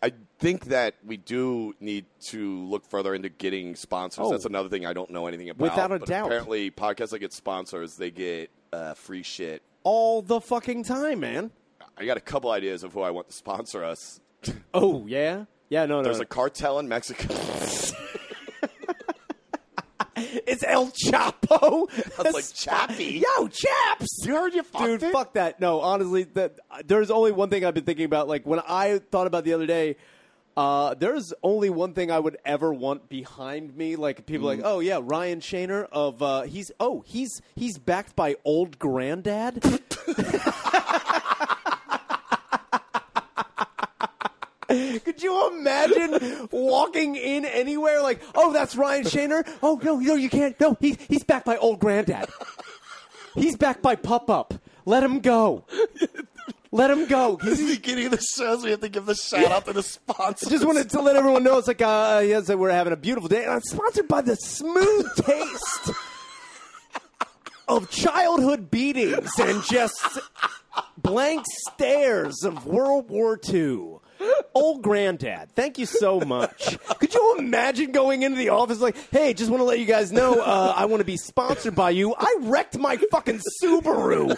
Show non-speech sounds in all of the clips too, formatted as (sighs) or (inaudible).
I think that we do need to look further into getting sponsors. Oh. That's another thing I don't know anything about. Without a but doubt. Apparently, podcasts that get sponsors, they get uh, free shit. all the fucking time, man. I got a couple ideas of who I want to sponsor us. Oh yeah, yeah. No, no. There's no. a cartel in Mexico. (laughs) it's El (laughs) Chapo. That's like Chappie. Yo, Chaps. you heard you fucked Dude, it? fuck that. No, honestly, that there's only one thing I've been thinking about. Like when I thought about the other day, uh, there's only one thing I would ever want behind me. Like people like, Mm-hmm. oh yeah, Ryan Shaner of uh, he's oh he's he's backed by (laughs) old granddad. Could you imagine walking in anywhere like, oh, that's Ryan Shaner? Oh no, no, you can't. No, he's he's backed by old granddad. He's backed by Pup Up. Let him go. Let him go. This He's, is the beginning of the shows. We have to give the shout out to the sponsors. I just wanted to let everyone know it's like uh, yes, we're having a beautiful day, and I'm sponsored by the smooth taste of childhood beatings and just blank stares of World War II. Old granddad, thank you so much. Could you imagine going into the office like, "Hey, just want to let you guys know uh, I want to be sponsored by you. I wrecked my fucking Subaru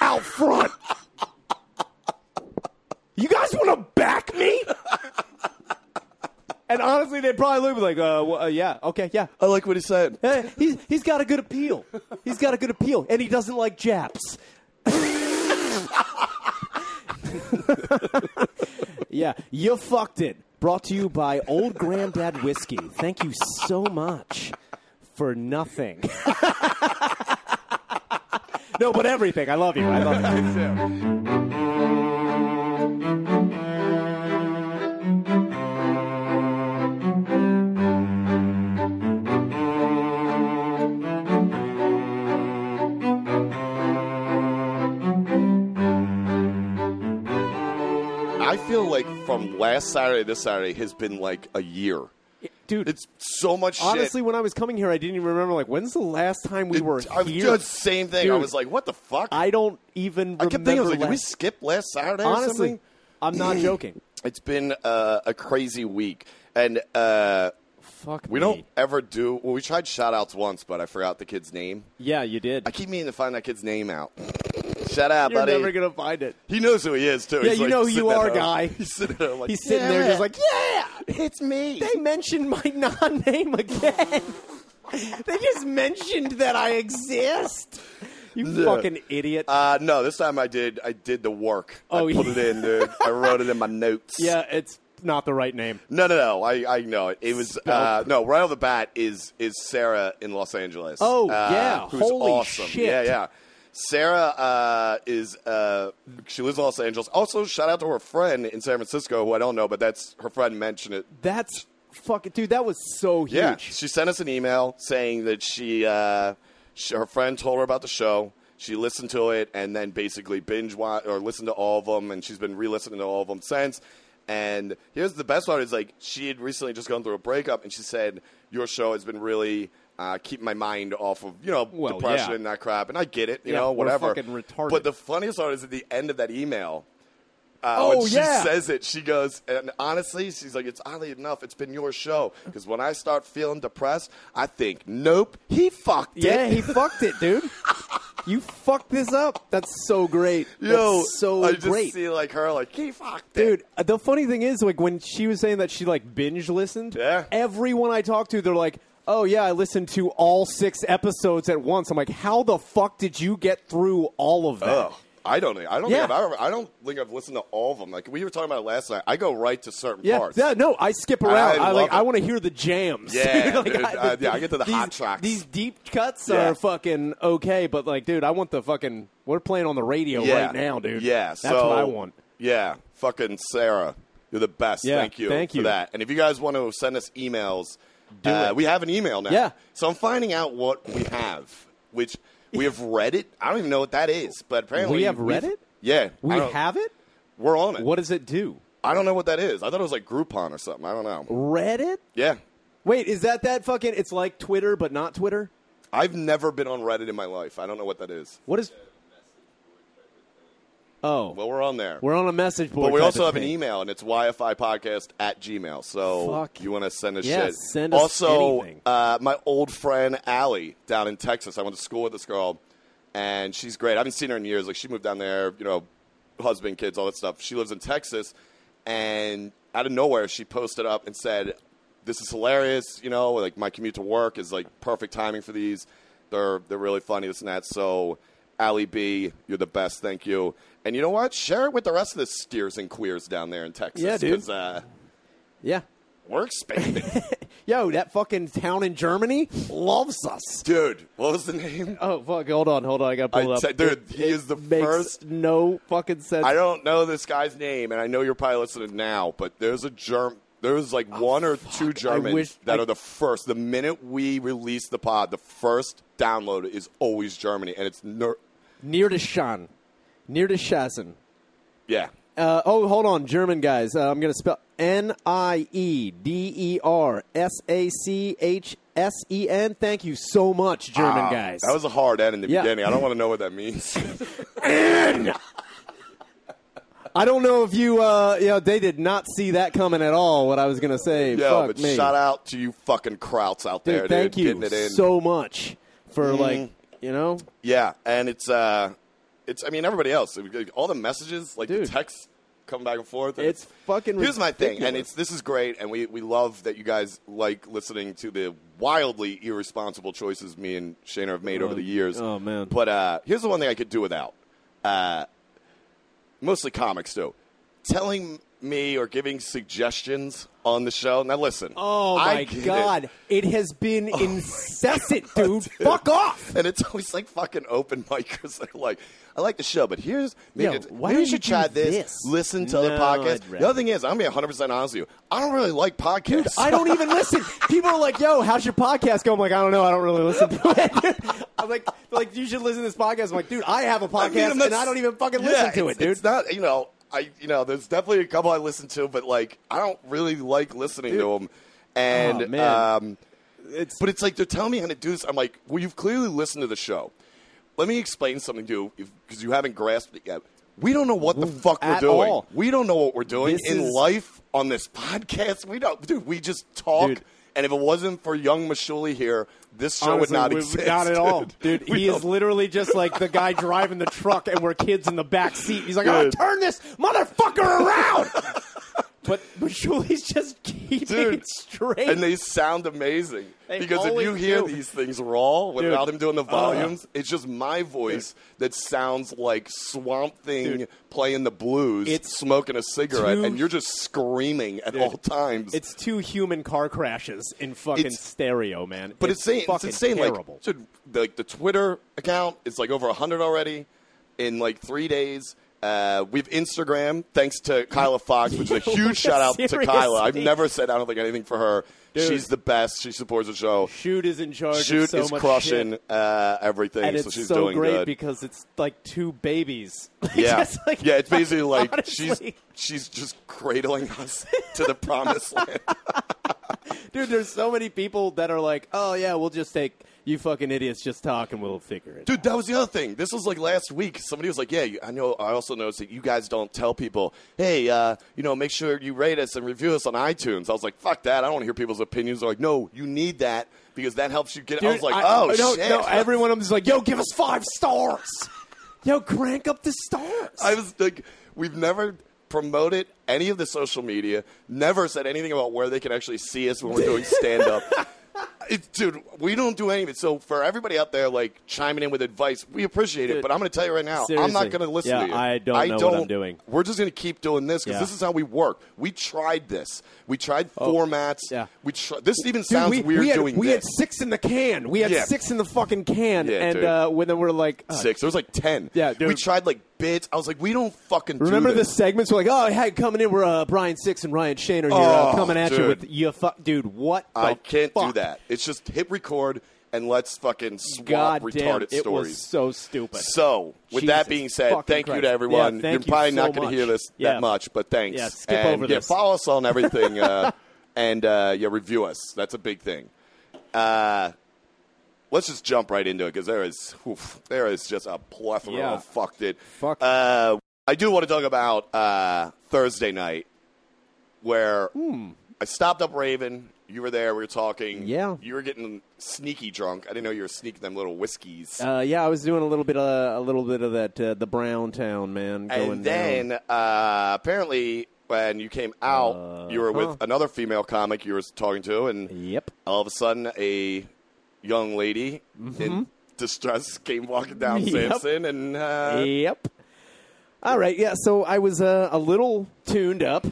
out front. You guys want to back me?" And honestly, they'd probably look like, uh, well, uh, "Yeah, okay, yeah, I like what he said. Eh, he's, he's got a good appeal. He's got a good appeal, and he doesn't like Japs. (laughs) yeah, you fucked it. Brought to you by Old Granddad Whiskey. Thank you so much for nothing. (laughs) no, but everything. I love you. I love you. I feel like from last Saturday to this Saturday has been like a year. Dude, It's so much honestly, shit. when I was coming here, I didn't even remember, like, when's the last time we were I was here? just same thing. I Dude. was like, what the fuck? I don't even remember. I kept thinking, I was like, did we last- skip last Saturday or honestly, something? (clears throat) I'm not joking. It's been uh, a crazy week. And uh, Fuck we me. don't ever do. Well, we tried shout outs once, but I forgot the kid's name. Yeah, you did. I keep meaning to find that kid's name out. Shout out, You're buddy. never gonna find it. He knows who he is, too. Yeah, He's, you like, know who sitting you at are, home. (laughs) guy. He's sitting there like, He's sitting "Yeah, there just like, yeah. it's me. They mentioned my (laughs) non-name again. (laughs) they just mentioned that I exist. You Yeah. fucking idiot. Uh, no, this time I did. I did the work. Oh, I yeah. put it in, dude. I wrote it in my notes. (laughs) yeah, it's not the right name. No, no, no. I, I know it. It was uh, Spelled- no. Right off the bat is is Sarah in Los Angeles. Oh, uh, yeah. who's Holy awesome. shit. Yeah, yeah. Sarah uh, is uh, she lives in Los Angeles. Also, shout out to her friend in San Francisco, who I don't know, but that's her friend mentioned it. That's fucking dude. That was so huge. Yeah, she sent us an email saying that she, uh, sh her friend told her about the show. She listened to it and then basically binge watch or listened to all of them, and she's been re-listening to all of them since. And here's the best part: is like she had recently just gone through a breakup, and she said your show has been really. Uh, keep my mind off of you know Well, depression yeah. and that crap, and I get it, you Yeah, know we're whatever. fucking retarded. But the funniest part is at the end of that email, uh, Oh, when she yeah. says it, she goes, and honestly, she's like, it's oddly enough, it's been your show. Because when I start feeling depressed, I think, nope, he fucked Yeah, it. he fucked (laughs) it, dude. You fucked this up. That's so great. Yo, That's so I just great. see like her, like, he fucked it. Dude, uh, the funny thing is, like when she was saying that she like binge listened, Yeah. everyone I talked to, they're like, "Oh yeah, I listened to all six episodes at once." I'm like, "How the fuck did you get through all of that?" Ugh. I don't. I don't Yeah. think I've ever, I don't think I've listened to all of them. Like we were talking about it last night. I go right to certain Yeah, parts. yeah, no, I skip around. I I, love like, I it. want to hear the jams. (laughs) Yeah, Like, dude, I- yeah, I get to the these, hot tracks. These deep cuts Yeah. are fucking okay, but like, dude, I want the fucking. We're playing on the radio Yeah. right now, dude. Yeah, that's so- what I want. Yeah, fucking Sarah, you're the best. Yeah, thank you. thank for you. that. And if you guys want to send us emails, Do uh, it. we have an email now. Yeah. So I'm finding out what we have, which we have read it. I don't even know what that is, but apparently We have read we've- it? Yeah, We I don't- have it. We're on it. What does it do? I don't know what that is. I thought it was like Groupon or something. I don't know. Reddit. Yeah, Wait, is that that fucking? It's like Twitter, but not Twitter. I've never been on Reddit in my life. I don't know what that is. What is? Oh, Well, we're on there. we're on a message board. but we type also of have an thing. email, and it's yfipodcast at gmail. So Fuck. you want to send us Yeah, shit. send us also, anything. uh, my old friend Allie down in Texas. I went to school with this girl, and she's great. I haven't seen her in years. Like she moved down there, you know, husband, kids, all that stuff. She lives in Texas, and out of nowhere, she posted up and said, "This is hilarious." You know, like my commute to work is like perfect timing for these. They're they're really funny. This and that. So. Allie B, you're the best. Thank you. And you know what? Share it with the rest of the steers and queers down there in Texas. Yeah, dude. 'cause, Uh, Yeah. we're expanding. (laughs) Yo, that fucking town in Germany loves us. dude, what was the name? Oh fuck! Hold on, hold on. I got I pulled up. said- dude, he is the makes first- No fucking sense. I don't know this guy's name, and I know you're probably listening now, but there's a germ. There's like one or two Germans wish that Oh, I- are the first. The minute we release the pod, the first download is always Germany, and it's ner- Near to Shan, near to Shazen. yeah. Uh, oh, hold on, German guys. Uh, I'm going to spell N I E D E R S A C H S E N. Thank you so much, German Wow. guys. Ah, That was a hard end in the Yeah. beginning. I don't want to know what (laughs) that means. I don't know if you, uh, you know, they did not see that coming at all. What I was going to say. Yo, Fuck but me. shout out to you fucking krauts out Dude, there, dude. thank Getting you it in. Mm-hmm. so much for like, you know, Yeah, and it's uh, it's I mean everybody else, Like, all the messages, like Dude. the texts coming back and forth. and it's fucking. here's my thing, and ridiculous. it's this is great, and we we love that you guys like listening to the wildly irresponsible choices me and Shana have made over the years. oh, man. But uh, here's the one thing I could do without. Uh, mostly comics do. Telling me or giving suggestions on the show. Now listen. Oh I my get it. Oh god! It. has been incessant, dude. Fuck off! (laughs) And it's always like fucking open micers (laughs) that are like, I like the show, but here's maybe, Yo, it's- why maybe you don't should you try do this, this? listen to other No, podcasts. I'd The rather- other thing is, I'm going to be 100% honest with you. I don't really like podcasts. I don't even listen. People are like, "Yo, how's your podcast going?" I'm like, "I don't know. I don't really listen to it." (laughs) I'm like, they're like you should listen to this podcast. I'm like, dude, I have a (laughs) I podcast mean, I'm not- and I don't even fucking Yeah, listen to it, it's- dude. It's not, you know, I, you know, there's definitely a couple I listen to, but like, I don't really like listening to 'em. to them. And, Oh, man. um, It's- but it's like they're telling me how to do this. I'm like, well, you've clearly listened to the show. Let me explain something to you because you haven't grasped it yet. We don't know what the fuck we're at doing. all. We don't know what we're doing This in is- life on this podcast. We don't, dude. We just talk. Dude. And if it wasn't for young Mashuli here, this show Honestly, would not we- exist. Not at all, (laughs) dude. We he is don't- literally just like (laughs) the guy driving the truck, and we're kids in the back seat. He's like, "I'm gonna Dude. turn this (laughs) motherfucker around," but but Julie's just keeping Dude. it (laughs) straight. and they sound amazing. They because if you always hear do. these things raw without him doing the volumes, it's just my voice that sounds like Swamp Thing Dude. playing the blues, It's smoking a cigarette, too- and you're just screaming at all times. It's two human car crashes in fucking It's- stereo, man. but it's, insane. It's fucking insane. Terrible. Like, dude, the, like the Twitter account is like over hundred already in like three days. Uh, we've Instagram thanks to Kyla Fox, which is a (laughs) Yeah, huge shout out to seriously. Kyla. I've never said I don't think anything for her. Dude. She's the best. She supports the show. Shoot is in charge. of Shoot so is much crushing shit. uh, everything, and so it's she's so doing great good. because (laughs) it's like two babies. (laughs) yeah, Just, like, yeah, it's basically like (laughs) honestly. she's she's just cradling us (laughs) to the promised land. dude. There's so many people that are like, oh yeah, we'll just take you fucking idiots, just talk and we'll figure it. Dude, that was the other thing. This was like last week. Somebody was like, "Yeah, you- I know. I also noticed that you guys don't tell people, hey, uh, you know, make sure you rate us and review us on iTunes." I was like, "Fuck that! I don't want to hear people's opinions." They're like, "No, you need that because that helps you get." Dude, I was like, I- "Oh no, shit!" No, everyone, I'm just like, yo, give us five stars. Yo, crank up the stars. (laughs) I was like, we've never promoted any of the social media, never said anything about where they can actually see us when we're doing stand (laughs) up. dude, we don't do any of it. So for everybody out there, like chiming in with advice, we appreciate it. Dude, But I'm going to tell you right now, I'm seriously. not going to listen Yeah, to you. I don't know what I'm doing. We're just going to keep doing this because Yeah. Oh, this is how we work. We tried this. We tried formats. yeah. We tr- this even Dude, sounds we, weird we had, doing we this. had six in the can. We had Yeah. six in the fucking can, Yeah, and dude. uh, when then we're like, uh, six. There was like ten. Yeah, dude. We tried like bits. I was like, we don't fucking do Remember the this. segments? We're like, oh, hey, coming in, we're uh, Brian Six and Ryan Shane are here Oh, uh, coming at dude. you with you, fuck, dude. What? The I can't do fuck? that. It's just hit record and let's fucking swap God damn, retarded it was stories. so stupid. So, with Jesus that being said, fucking thank you Christ. to everyone. Yeah, thank You're you probably so not going much. to hear this Yeah. that much, but thanhanks. Yeah, skip and, over yeah, this. Follow us on everything, (laughs) uh, and uh, yeah, review us. That's a big thing. Uh, let's just jump right into it because there is oof, there is just a plethora Yeah. of fucked it. Fuck. Uh, I do want to talk about uh, Thursday night, where Hmm. I stopped up Raven. You were there. We were talking. Yeah. You were getting sneaky drunk. I didn't know you were sneaking them little whiskeys. Uh, yeah, I was doing a little bit of a little bit of that uh, the Brown Town man going and down. then uh, apparently, when you came out, you were Uh-huh. with another female comic you were talking to, and Yep. all of a sudden, a young lady in distress came walking down Mm-hmm. (laughs) Yep. Samson, and uh, yep. All right. Yeah. So I was uh, a little tuned up,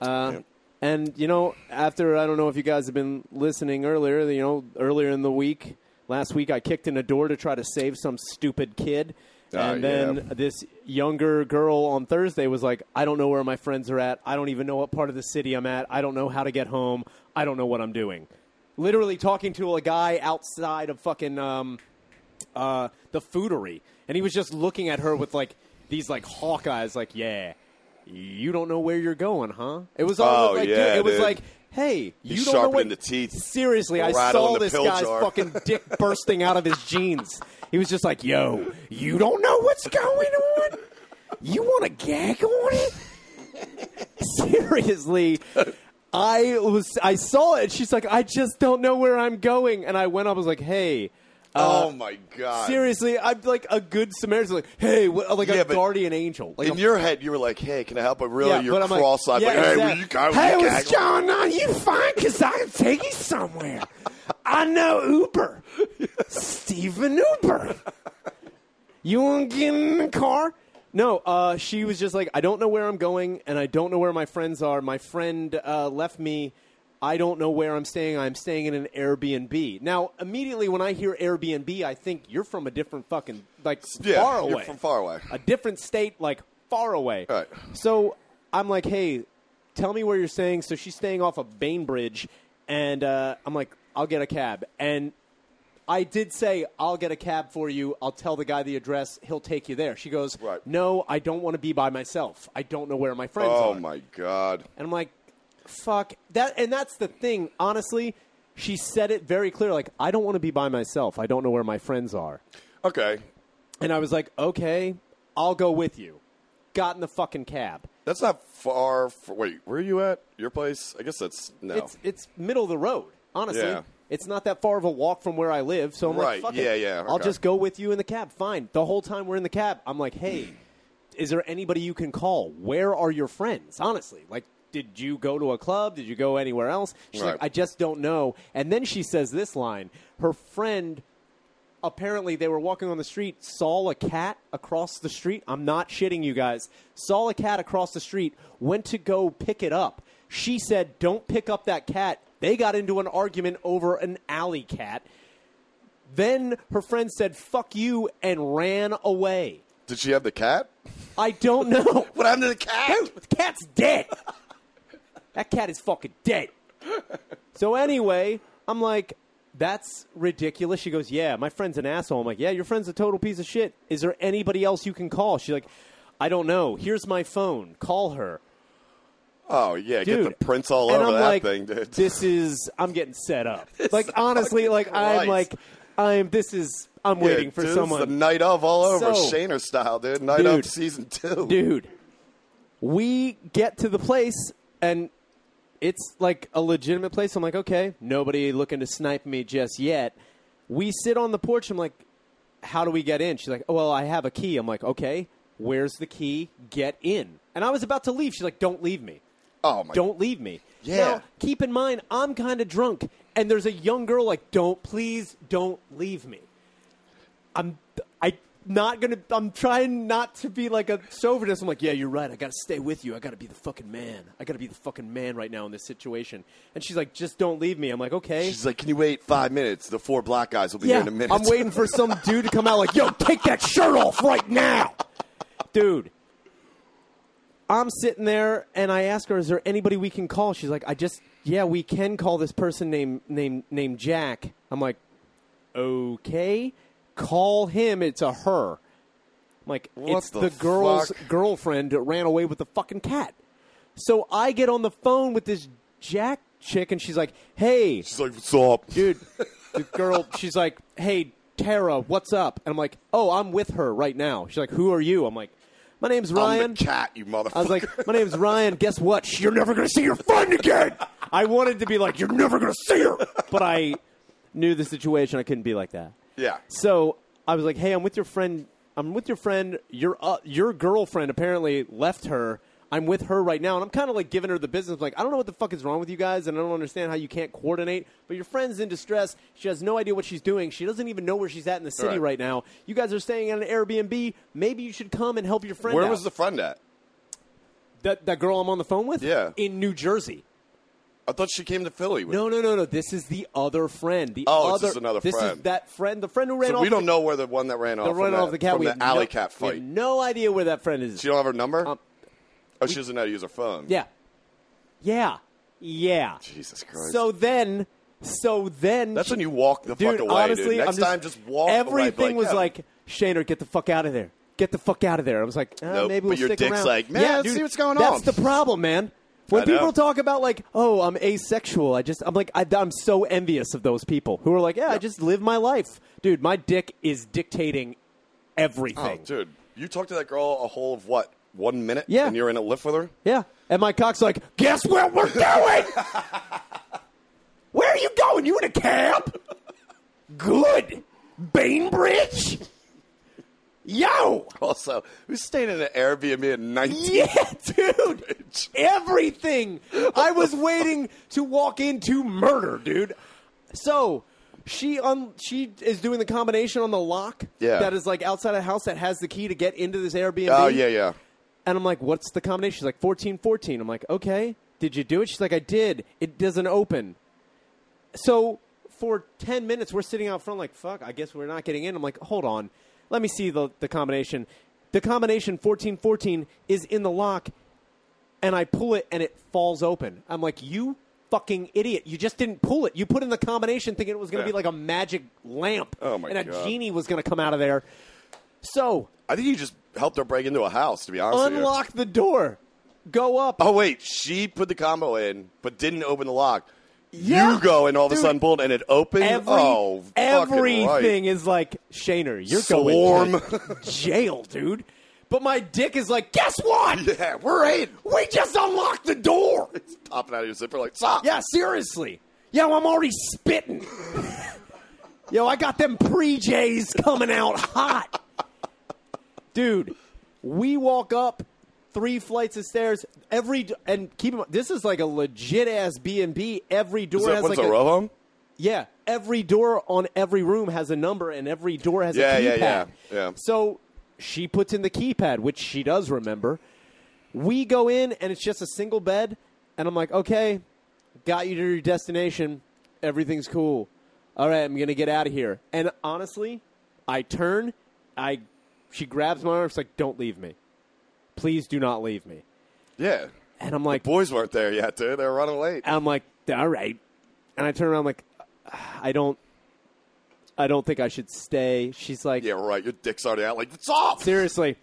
uh, and you know, after I don't know if you guys have been listening earlier. You know, earlier in the week, last week I kicked in a door to try to save some stupid kid, Oh, and yeah. then this younger girl on Thursday was like, "I don't know where my friends are at. I don't even know what part of the city I'm at. I don't know how to get home. I don't know what I'm doing." Literally talking to a guy outside of fucking. Um, uh, the foodery, and he was just looking at her with like these like hawk eyes, like yeah, you don't know where you're going, huh? It was all Oh, like dude, yeah, it was dude. like hey, you don't know sharpening what the teeth. Seriously, I Rattling saw the this pill guy's jar. (laughs) fucking dick bursting out of his jeans. He was just like, yo, you don't know what's going on. You want to gag on it? (laughs) seriously i was i saw it she's like i just don't know where i'm going and i went up I was like hey oh my god! seriously i'm like a good samaritan like hey what, like Yeah, a but guardian angel like In a, your head, you were like, "Hey, can I help?" But really, yeah, you're but I'm like, cross-eyed, yeah, like, "Hey, exactly. will you guys?" hey will you what's gag on?" going on you fine because i can take you somewhere i know uber Steven Uber. you want to get in the car? No, uh, she was just like, I don't know where I'm going, and I don't know where my friends are. My friend uh, left me. I don't know where I'm staying. I'm staying in an Airbnb. Now, immediately when I hear Airbnb, I think you're from a different fucking, like, Yeah, far away you're from far away. a different state, like far away. Right. So I'm like, hey, tell me where you're staying. So she's staying off of Bainbridge, and uh, I'm like, I'll get a cab. And I did say, I'll get a cab for you. I'll tell the guy the address. He'll take you there. She goes, Right. no, I don't want to be by myself. I don't know where my friends are. Oh my god! And I'm like, fuck that. And that's the thing, honestly. She said it very clear, like, I don't want to be by myself. I don't know where my friends are. Okay, And I was like, okay, I'll go with you. Got in the fucking cab. that's not far. f wait, where are you at? Your place? I guess that's no. It's it's middle of the road, honestly. Yeah. It's not that far of a walk from where I live, so I'm Right, like, fuck yeah, it. yeah, I'll okay. just go with you in the cab. Fine. The whole time we're in the cab, I'm like, hey, is there anybody you can call? Where are your friends? Honestly, like, did you go to a club? Did you go anywhere else? She's Right. like, I just don't know. And then she says this line: her friend apparently they were walking on the street, saw a cat across the street. I'm not shitting you guys. Saw a cat across the street, went to go pick it up. She said, Don't pick up that cat. They got into an argument over an alley cat. Then her friend said, Fuck you, and ran away. Did she have the cat? I don't (laughs) know. What happened to the cat? The cat's dead. that cat is fucking dead. So anyway, I'm like, that's ridiculous. She goes, yeah, my friend's an asshole. I'm like, yeah, your friend's a total piece of shit. Is there anybody else you can call? She's like, I don't know. Here's my phone. Call her. Oh yeah, Dude. get the prints all and over I'm that like, thing, dude. (laughs) This is I'm getting (laughs) set up. like honestly, fucking like I'm Christ. like I'm this is I'm Yeah, waiting for dude, this is someone The night of all over, So- Shaner style, dude. Night Dude. of season two. dude we get to the place and it's like a legitimate place i'm like okay nobody looking to snipe me just yet we sit on the porch i'm like how do we get in she's like oh well i have a key i'm like okay where's the key get in and i was about to leave she's like don't leave me Oh my. don't leave me Yeah. now keep in mind i'm kind of drunk and there's a young girl like don't please don't leave me I'm I not gonna. I'm trying not to be like a chauvinist. I'm like, yeah, you're right. I gotta stay with you. I gotta be the fucking man. I gotta be the fucking man right now in this situation. And she's like, just don't leave me. I'm like, okay. She's like, can you wait five minutes? The four black guys will be here yeah, in a minute. I'm waiting for some dude to come out like, yo, take that shirt off right now, dude. I'm sitting there and I ask her, is there anybody we can call? She's like, I just, yeah, we can call this person named named named Jack. I'm like, okay, call him. It's a her. I'm like, What it's the, the girl's fuck? girlfriend that ran away with the fucking cat. So I get on the phone with this Jack chick, and she's like, (laughs) hey, She's like, what's up? dude, the girl, she's like, hey, Tara, what's up? And I'm like, oh, I'm with her right now. She's like, who are you? I'm like, My name's I'm Ryan. the cat, you motherfucker. I was like, my name's Ryan. Guess what? Sh- You're never gonna see your friend again. I wanted to be like, you're never gonna see her, but I knew the situation. I couldn't be like that. yeah. So I was like, hey, I'm with your friend. I'm with your friend. Your uh, your girlfriend apparently left her. I'm with her right now, and I'm kind of like giving her the business. Like, I don't know what the fuck is wrong with you guys, and I don't understand how you can't coordinate. But your friend's in distress. She has no idea what she's doing. She doesn't even know where she's at in the city Right. right, now. You guys are staying at an Airbnb. Maybe you should come and help your friend. Where out. was the friend at? That, that girl I'm on the phone with? Yeah. In New Jersey. I thought she came to Philly. With No, no, no, no. This is the other friend. The Oh, other, it's just another this friend. is that friend, the friend who ran So off. we don't the, know where the one that ran off. The from run that, off the cat. from we the have alley no, cat we fight. have no idea where that friend is. She don't have her number. Um, oh, she doesn't know how to use her phone. yeah, yeah, yeah. Jesus Christ. So then, so then, that's when you walk the dude. fuck away, honestly, dude. Next I'm just, time, just walk. away. Be Everything was "Yeah, like, Shaner, get the fuck out of there. Get the fuck out of there. I was like, ah, Nope, maybe but we'll your stick dick's around. like, man, yeah, let's dude, see what's going that's on. the problem, man. When I know. people talk about like, oh, I'm asexual, I just I'm like I, I'm so envious of those people who are like, yeah, I just live my life, dude. My dick is dictating Oh, everything. dude, you talked to that girl a whole of what one minute? Yeah. and you're in a lift with her. (laughs) Yeah. And my cock's like, guess what we're doing? Where are you going? You in a cab? Good. Bainbridge? Yo! Also, who's staying in an Airbnb at 19? Yeah, dude! Everything! I was waiting to walk into murder, dude. So. She um she is doing the combination on the lock Yeah. that is like outside a house that has the key to get into this Airbnb. Oh yeah, yeah. And I'm like, what's the combination? She's like, 14, 14. I'm like, okay. Did you do it? She's like, I did. It doesn't open. So for 10 minutes, we're sitting out front, like, fuck, I guess we're not getting in. I'm like, hold on. Let me see the, the combination. The combination 14, 14 is in the lock, and I pull it, and it falls open. I'm like, you fucking idiot. You just didn't pull it. You put in the combination thinking it was going to Yeah. be like a magic lamp, Oh, my and a God. genie was going to come out of there. So I think you just helped her break into a house. To be honest, with you. unlock the door, go up. Oh wait, she put the combo in, but didn't open the lock. Yeah. You go and all of a Dude. sudden pulled, and it opened. Every, oh, fucking everything Right. is like Shaner, you're going Swarm. to (laughs) jail, dude. But my dick is like, guess what? (laughs) Yeah, we're in. We just unlocked the door. It's popping out of your zipper like stop. Yeah, seriously. Yo, I'm already (laughs) spitting. Yo, I got them pre J's coming out hot. Dude, we walk up three flights of stairs. Every and keep in mind, this is like a legit ass B and B. Every door Is that has what's like a row home? yeah, every door on every room has a number, and every door has Yeah, a yeah, keypad. yeah, yeah. So she puts in the keypad, which she does remember. We go in, and it's just a single bed, and I'm like, okay, got you to your destination. Everything's cool. All right, I'm gonna get out of here. And honestly, I turn, I she grabs my arm. She's like, don't leave me, please do not leave me. Yeah. And I'm like, Boys weren't there yet, dude. They were running late. and I'm like, all right. And I turn around, like, I don't, I don't think I should stay. She's like, Yeah, right. Your dick's already out. Like it's off. seriously,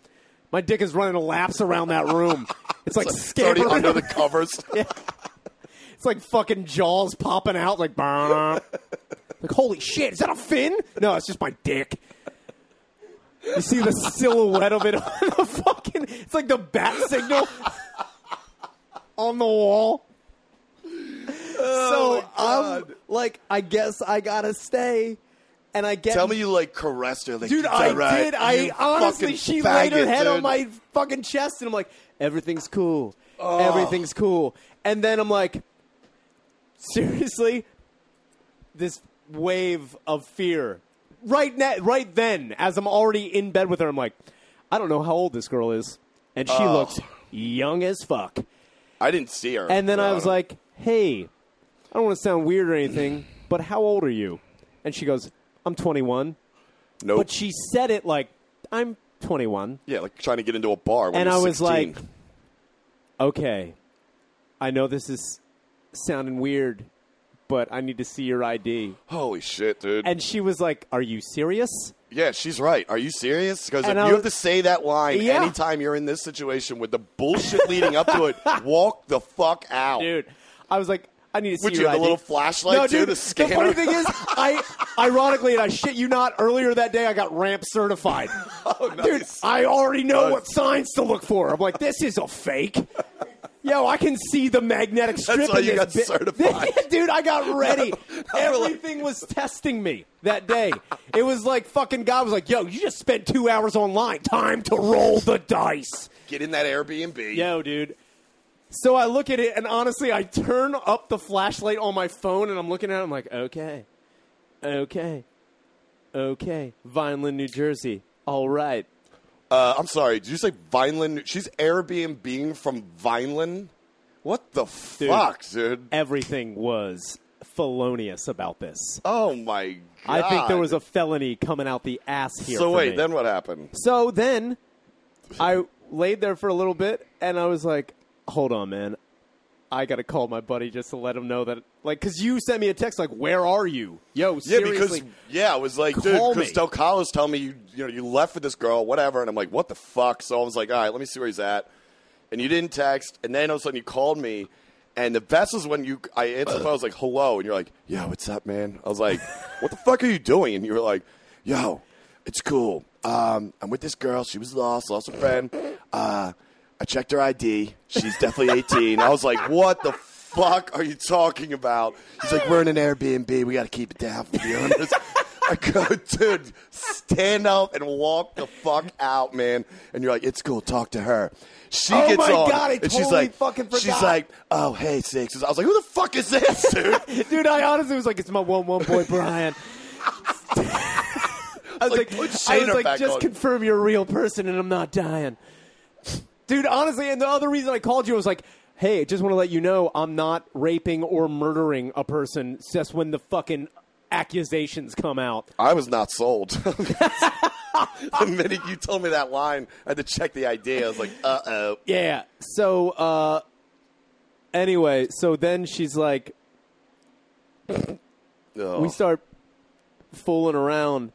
my dick is running laps around that room. It's like It's already scampering. under the (laughs) covers. it's like fucking jaws popping out, like, "Bah." like holy shit, is that a fin? No, it's just my dick. You see the silhouette of it (laughs) on the fucking. It's like the bat signal (laughs) on the wall. Oh, so I'm like, I guess I gotta stay, and I get Tell me you like caressed her, like, dude. "It's I all right, did. you I honestly, fucking she laid her faggot, head on dude." Oh. my fucking chest, and I'm like, everything's cool. Everything's cool. And then I'm like, seriously, this wave of fear. Right now, right then, as I'm already in bed with her, I'm like, I don't know how old this girl is, and she Oh. looks young as fuck. I didn't see her. And then so I was don't- like, hey, I don't want to sound weird or anything, but how old are you? And she goes, I'm 21. nope. But she said it like, I'm 21. yeah, like trying to get into a bar. When And you're I was 16. like, okay, I know this is sounding weird, but I need to see your ID. holy shit, dude. And she was like, are you serious? yeah, she's right. Are you serious? Because if And you I have to was- say that line Yeah. anytime you're in (laughs) this situation with the bullshit leading up to it, walk the fuck out. Dude, I was like, I need to see Would you your have the ID. little flashlight no, too? dude, the scanner. funny thing is, I ironically, and I shit you not, earlier that day I got ramp (laughs) certified. Dude, Oh, nice. I already know Nice. what signs to look for. I'm like, this is a fake. Yo, I can see the magnetic strip. why in you this got bit. certified. Yeah, (laughs) dude, I (laughs) got ready. no, like- Everything was testing me that day. It was like fucking God was like, "Yo, you just spent two hours online. Time to roll the dice." Get in that Airbnb. Yo, dude. So I look at it, and honestly, I turn up the flashlight on my phone, and I'm looking at it. I'm like, okay, okay, okay. Vineland, New Jersey. All right. Uh, I'm sorry. Did you say Vineland? She's Airbnb from Vineland. What the fuck, dude? Everything was felonious about this. Oh my god! I think there was a felony coming out the ass here. So for wait, me. then what happened? So then I laid there for a little bit and I was like, hold on, man. I got to call my buddy just to let him know that, like, because you sent me a text, like, where are you? Yo, Yeah, seriously. because yeah, I was like, dude, Call me. because Del Collins telling me you you know you left with this girl, whatever, and I'm like, what the fuck? So I was like, all right, let me see where he's at. And you didn't text, and then all of a sudden you called me, and the best is when you I answered the phone, I was like, hello, and you're like, yo, what's up, man? I was like, what the fuck are you doing? And you were like, yo, it's cool. Um, I'm with this girl. She was lost, lost a friend. Uh, I checked her ID. She's definitely 18. I was like, what the fuck are you talking about? He's like, we're in an Airbnb. We got to keep it down for the owners. I go, dude, stand up and walk the fuck out, man. And you're like, it's cool. Talk to her. She Oh gets my on, God, I and she's totally like, fucking she's forgot. like, oh hey, six. I was like, who the fuck is this, (laughs) dude? Dude, I honestly was like, it's my one one boy (laughs) Brian. I was Like, like, put I was Shayner like, back just on." confirm you're a real person and I'm not dying. Dude, honestly, and the other reason I called you was like, hey, just want to let you know I'm not raping or murdering a person. It's just when the fucking accusations come out. I was not sold. (laughs) the minute you told me that line, I had to check the ID. I was like, uh oh. Yeah. So uh anyway, so then she's like we Oh. start fooling around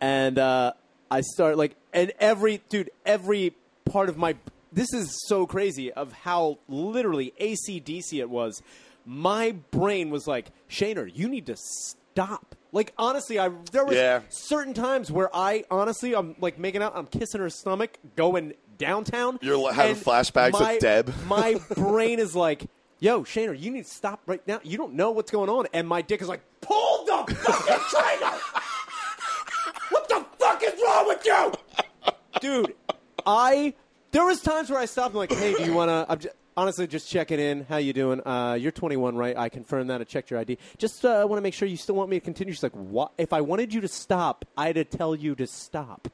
and uh, i start like and every dude every part of my this is so crazy of how literally acdc it was my brain was like shaner you need to stop like honestly i there was Yeah. certain times where i honestly i'm like making out i'm kissing her stomach going downtown You're li- having and flashbacks with my- Deb. (laughs) my brain is like, yo, Shaner, you need to stop right now. You don't know what's going on. And my dick is like, pull (laughs) the fucking trigger. what the fuck is wrong with you? Dude, I, there was times where I stopped and like, hey, do you want to, I'm just, honestly just checking in. How you doing? Uh, you're 21, right? I confirmed that. I checked your ID. Just uh, want to make sure you still want me to continue. She's like, what? If I wanted you to stop, I'd have tell you to stop.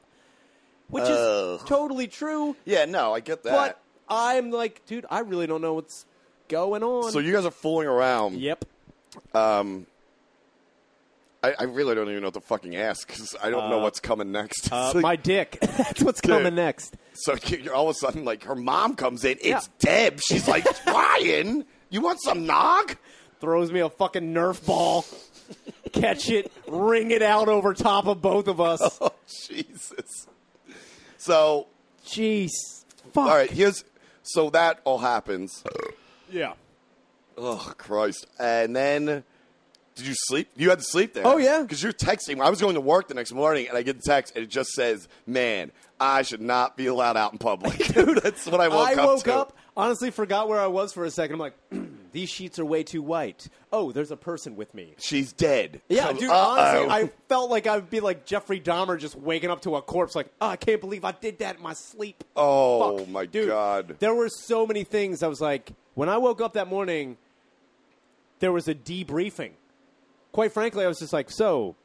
Which Oh. is totally true. Yeah, no, I get that. But I'm like, dude, I really don't know what's going on. So you guys are fooling around. yep. I, I really don't even know what to fucking ask because I don't know what's coming next. (laughs) Uh, It's like- my dick. (laughs) That's what's coming next. so (laughs) you're all of a sudden like her mom comes in. It's Yeah. Deb. She's (laughs) like, Ryan, you want some nog? (laughs) Throws me a fucking Nerf (laughs) ball. Catch it, ring it out over top of both of us. Oh Jesus. So (laughs) Jeez. Fuck. all right, here's so that all happens. Yeah. Oh Christ! And then, did you sleep? You had to sleep there. Oh, yeah. Because you're texting. I was going to work the next morning, and I get a text, and it just says, "Man, I should not be allowed out in (laughs) public." Dude, (laughs) that's what I woke I up. woke to. up, honestly forgot where I was for a second. I'm like, (clears throat) these sheets are way too white. Oh, there's a person with me. She's dead. Yeah, So, dude, uh-oh. honestly, I felt like I'd be like Jeffrey Dahmer just waking up to a corpse, like, oh, I can't believe I did that in my sleep. Oh, Fuck. my Dude, God. There were so many things I was like, when I woke up that morning, there was a debriefing. Quite frankly, I was just like, so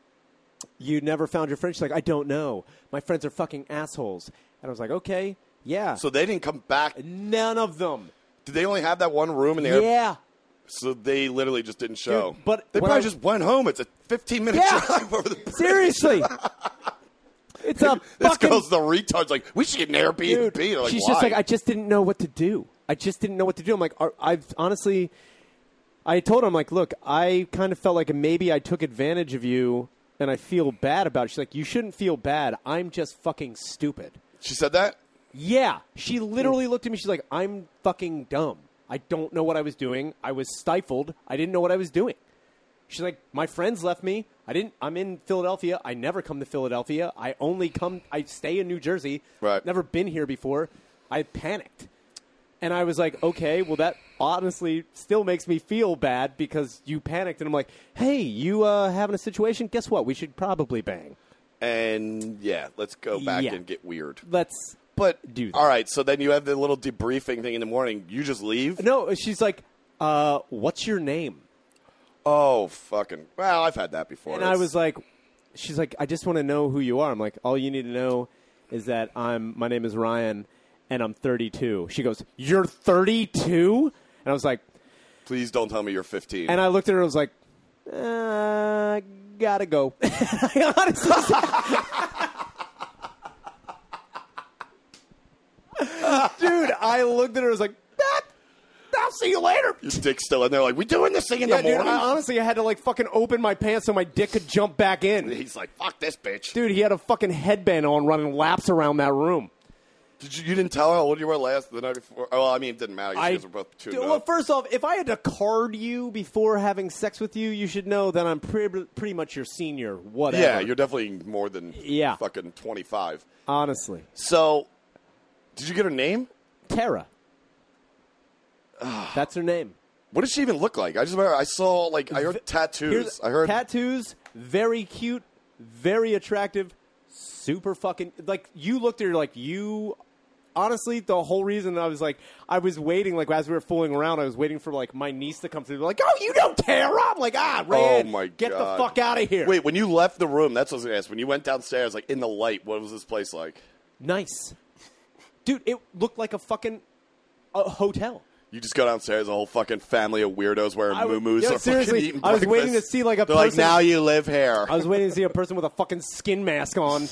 you never found your friend? She's like, I don't know. My friends are fucking assholes. And I was like, okay, yeah. So they didn't come back. None of them. Did they only have that one room in there? Yeah. So they literally just didn't show. Dude, but they when probably I- just went home. It's a 15 minute Yeah. drive (laughs) over the. (laughs) Seriously. it's a This fucking girl's the retard's like, we should get an Airbnb. Dude, They're like, she's "Why?" just like, I just didn't know what to do. I just didn't know what to do. I'm like, are, I've honestly, I told her, I'm like, look, I kind of felt like maybe I took advantage of you, and I feel bad about it. She's like, you shouldn't feel bad. I'm just fucking stupid. she said that. Yeah, she literally looked at me. She's like, I'm fucking dumb. I don't know what I was doing. I was stifled. I didn't know what I was doing. She's like, my friends left me. I didn't. I'm in Philadelphia. I never come to Philadelphia. I only come. I stay in New Jersey. Right. Never been here before. I panicked, and I was like, okay, well that honestly still makes me feel bad because you panicked, and I'm like, hey, you uh, having a situation? Guess what? We should probably bang. And yeah, let's go back Yeah. and get weird. Let's. But Do that. all right, so then you have the little debriefing thing in the morning. You just leave. No, she's like, uh, what's your name? Oh fucking! Well, I've had that before. And I It's- was like, she's like, I just want to know who you are. I'm like, all you need to know is that I'm, my name is Ryan and I'm 32. She goes, you're 32? And I was like, please don't tell me you're 15. and I looked at her and was like, uh, gotta go. (laughs) I honestly said- Dude, I looked at her and was like, "Ah, I'll see you later. Your dick's still in there. Like we doing this thing in Yeah, the dude, morning. I, honestly, I had to like fucking open my pants so my dick could jump back in. He's like, fuck this bitch. Dude, he had a fucking headband on running laps around that room. Did you, you didn't tell her how old you were last the night before? Oh, Well, I mean, it didn't matter. 'cause You guys were both two. Dude, well, first off, if I had to card you before having sex with you, you should know that I'm pretty, pretty much your senior, whatever. yeah, you're definitely more than Yeah. fucking 25. Honestly. So, did you get her name? (sighs) Tara. That's her name. What did she even look like? I just remember I saw like I heard tattoos. Here's- I heard tattoos. Very cute, very attractive, super fucking like you looked at her like you. Honestly, the whole reason I was like, I was waiting like as we were fooling around, I was waiting for like my niece to come through. Like, oh, you know Tara? I'm like, ah, Oh Rand, my get God. the fuck out of here. Wait, when you left the room, that's what I was gonna ask. When you went downstairs, like in the light, what was this place like? nice, dude. It looked like a fucking a hotel. You just go downstairs, a whole fucking family of weirdos wearing I w- moo-moos yeah, are seriously, fucking eating I was breakfast. waiting to see, like, a They're like, person- now you live here. I was waiting to see a person with a fucking skin mask on.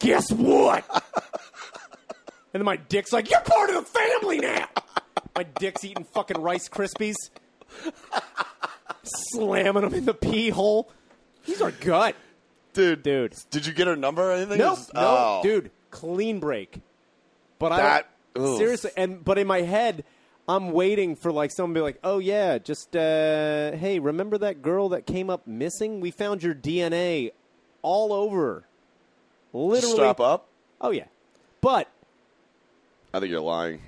Guess what? And then my dick's like, you're part of the family now. My dick's eating fucking Rice Krispies, slamming them in the pee hole. These are gut, dude, dude. Did you get her number or anything? No, Or just- no, oh. dude, clean break. But That- I ugh. seriously, and but in my head, I'm waiting for like someone to be like, "Oh yeah, just uh, hey, remember that girl that came up missing? We found your DNA all over, literally." Strap up. Oh yeah, but I think you're lying.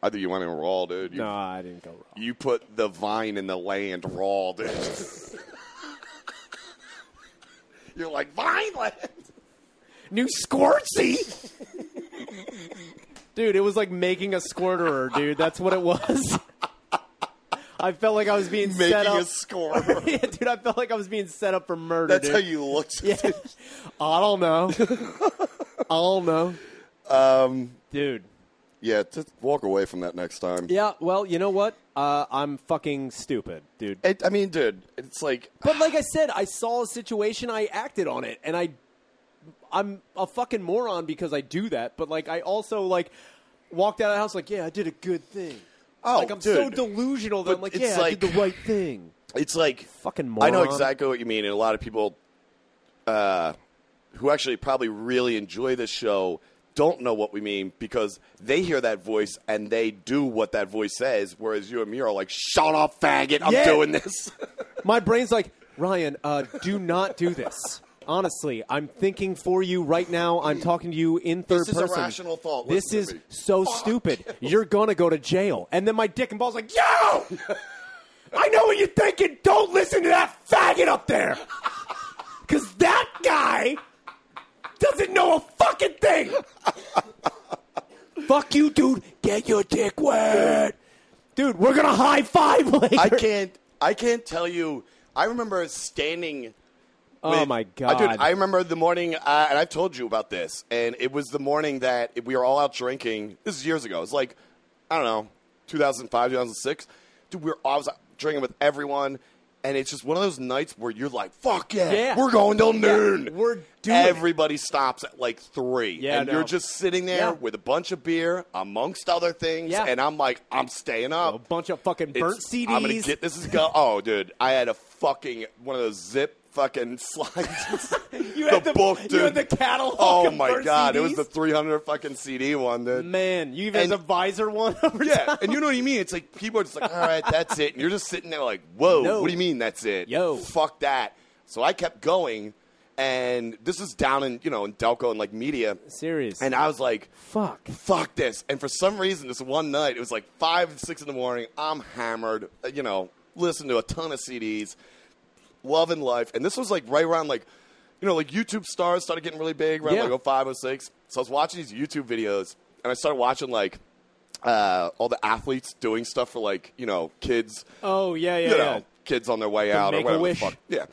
I think you went in raw, dude. You, no, I didn't go wrong. you put the vine in the land raw, dude. (laughs) you're like vine land. New squirtsy. (laughs) Dude, it was like making a squirterer, dude. That's what it was. (laughs) I felt like I was being Making set up. a score. (laughs) yeah, dude, I felt like I was being set up for murder. That's dude. how you looked. Yeah. I don't know. (laughs) I don't know. Um, Um, dude. Yeah, just walk away from that next time. Yeah. Well, you know what? Uh, I'm fucking stupid, dude. It, I mean, dude, it's like But like I said, I saw a situation, I acted on it, and I, I'm a fucking moron because I do that. But like, I also like walked out of the house like, yeah, I did a good thing. Oh, like I'm so dude. delusional that But I'm like, it's yeah, I like- did the right thing. it's like Fucking I know moron. exactly what you mean, and a lot of people uh, who actually probably really enjoy this show don't know what we mean because they hear that voice and they do what that voice says, whereas you and me are like, "Shut up, faggot! I'm Yeah. doing this." My brain's like, Ryan, uh, do not do this. Honestly, I'm thinking for you right now. I'm talking to you in third This is a person. rational thought. This Listen to is me. so stupid. You. are gonna go to jail. And then my dick and balls like, yo, I know what you're thinking. Don't listen to that faggot up there, because that guy doesn't know a fucking thing. Fuck you, dude. Get your dick wet, dude. We're gonna high five later. I can't. I can't tell you. I remember standing. Oh with- my Uh, god, dude! I remember the morning, uh, and I've told you about this. And it was the morning that we were all out drinking. This is years ago. It's like I don't know, 2005, 2006. Dude, we were I was out drinking with everyone, and it's just one of those nights where you're like, "Fuck yeah, Yeah. we're going till Yeah, noon." we're doing it. Everybody stops at like three, Yeah, and I you're know. just sitting there Yeah. with a bunch of beer, amongst other things. Yeah. And I'm like, I'm staying up a bunch of fucking burnt it's- CDs. I'm gonna get this is go. Oh, dude, I had a fucking one of those zip fucking (laughs) slides. You the book, dude. You had the catalog. oh of my her god, it was CDs? the 300 fucking CD one, dude. man. You even And- had the visor one. (laughs) Over Yeah, top. and you know what I mean. It's like people are just like, all right, that's it. And you're just sitting there like, whoa, No. what do you mean that's it? Yo. fuck that. So I kept going, and this is down in you know in Delco and like media, Serious. and I was like, fuck. fuck this. And for some reason, this one night, it was like five, six in the morning. I'm hammered. uh, You know, listen to a ton of CDs, love and life. And this was like right around like, you know, like YouTube stars started getting really big around Yeah. like 05, 06. So I was watching these YouTube videos, and I started watching like uh, all the athletes doing stuff for like you know kids Oh yeah, yeah, you yeah. know, kids on their way out or whatever Make-A-Wish. the fuck. Yeah.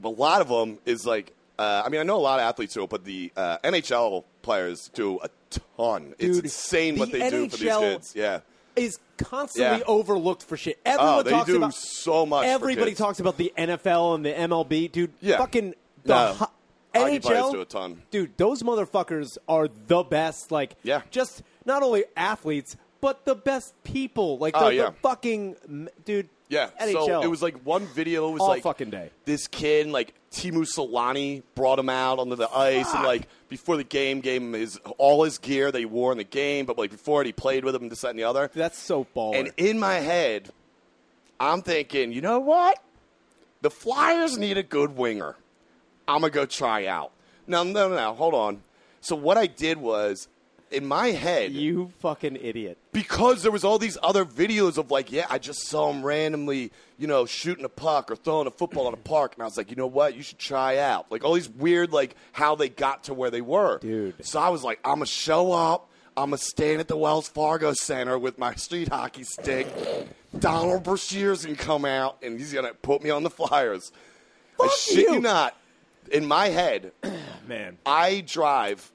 But a lot of them is like, uh, I mean, I know a lot of athletes do it, but the uh, NHL players do a ton. it's Dude, insane what the they do for these NHL kids. Yeah. Is constantly Yeah. overlooked for shit. Everyone Oh, they talks do about so much. for everybody kids. talks about the NFL and the MLB, dude. Yeah. Fucking the No. ho- Hockey NHL. players do a ton. Dude, those motherfuckers are the best. Like, Yeah. just not only athletes, but the best people. Like, Oh, the, yeah. the fucking m- dude. Yeah. NHL. So it was like one video was All like fucking day. This kid, like Timu Solani, brought him out onto the ice and like before the game gave him his all his gear that he wore in the game, but like before it he played with him and this, that, and the other. that's so baller. And in my head, I'm thinking, you know what? The Flyers need a good winger. I'm going to go try out. No, no, no, no. Hold on. So what I did was, in my head, you fucking idiot. because there was all these other videos of like, yeah, I just saw him randomly, you know, shooting a puck or throwing a football in a park, and I was like, you know what, you should try out. Like all these weird, like how they got to where they were, Dude. So I was like, I'm gonna show up. I'm gonna stand at the Wells Fargo Center with my street hockey stick. Donald Brashear's gonna come out, and he's gonna put me on the Flyers. I Fuck shit you you. not. In my head, Man. I drive.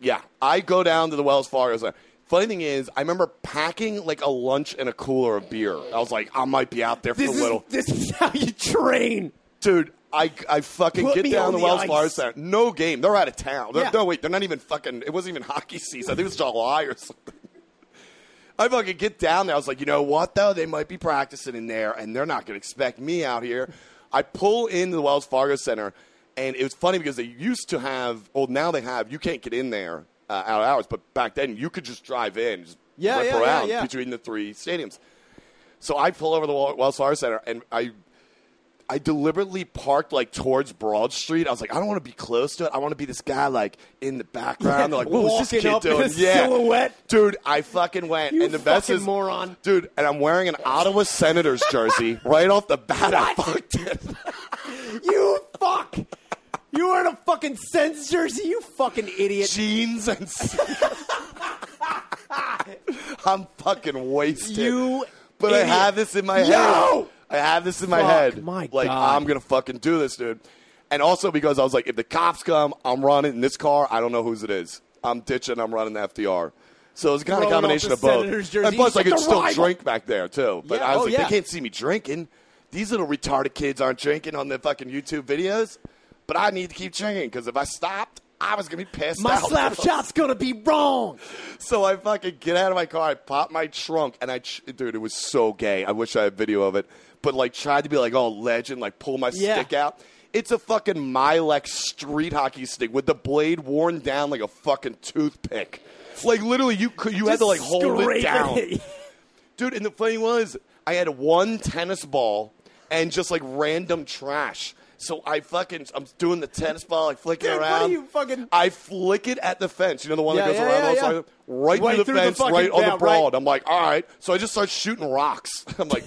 Yeah, I go down to the Wells Fargo Center. Funny thing is, I remember packing like a lunch and a cooler of beer. I was like, I might be out there for This a is, little. this is how you train. Dude, I, I fucking Put get me down on to the Wells ice. Fargo Center. No game. They're out of town. They're- Yeah. No, wait, they're not even fucking. It wasn't even hockey season. I think it was July or (laughs) something. I fucking get down there. I was like, you know what, though? They might be practicing in there, and they're not going to expect me out here. I pull into the Wells Fargo Center, and it was funny because they used to have, well, now they have, you can't get in there uh, out of hours, but back then you could just drive in, just Yeah, whip yeah, yeah, around yeah. between the three stadiums. So I pull over to the Wel- Wells Fargo Center, and I I deliberately parked like towards Broad Street. I was like, I don't want to be close to it. I want to be this guy like in the background. They're like, what was this (laughs) Walking kid up in (laughs) doing? a silhouette. dude. I fucking went. You and the best fucking is, moron. dude. And I'm wearing an Ottawa Senators jersey right off the bat. I fucked it. You fuck. You were in a fucking sense jersey, you fucking idiot. Jeans and sneakers. (laughs) I'm fucking wasted. You But idiot. I have this in my Yo! head. I have this in my Fuck head. my like God. I'm gonna fucking do this, dude. And also because I was like, if the cops come, I'm running in this car. I don't know whose it is. I'm ditching. I'm running the FDR. So it's kind of a Throwing off combination the of both. Senators jersey. And plus, He's I like could the still rival. drink back there too. But Yeah, I was oh, like, yeah. they can't see me drinking. These little retarded kids aren't drinking on their fucking YouTube videos. But I need to keep drinking because if I stopped, I was gonna be passed (laughs) My out. slap shot's gonna be wrong. So I fucking get out of my car, I pop my trunk, and I, ch- dude, it was so gay. I wish I had video of it, but like tried to be like all legend, like pull my Yeah. stick out. It's a fucking Milex street hockey stick with the blade worn down like a fucking toothpick. Like literally, you could you had to like hold it Scraping down, (laughs) it. dude. And the funny was, I had one tennis ball and just like random trash. So I fucking I'm doing the tennis ball, like flicking Dude, what around. are you fucking- I flick it at the fence. You know the one that Yeah, goes yeah, around yeah, the yeah. outside? right, Right through the through the fence, fucking- right on yeah, the right. broad. I'm like, all right. So I just start shooting rocks. (laughs) I'm like,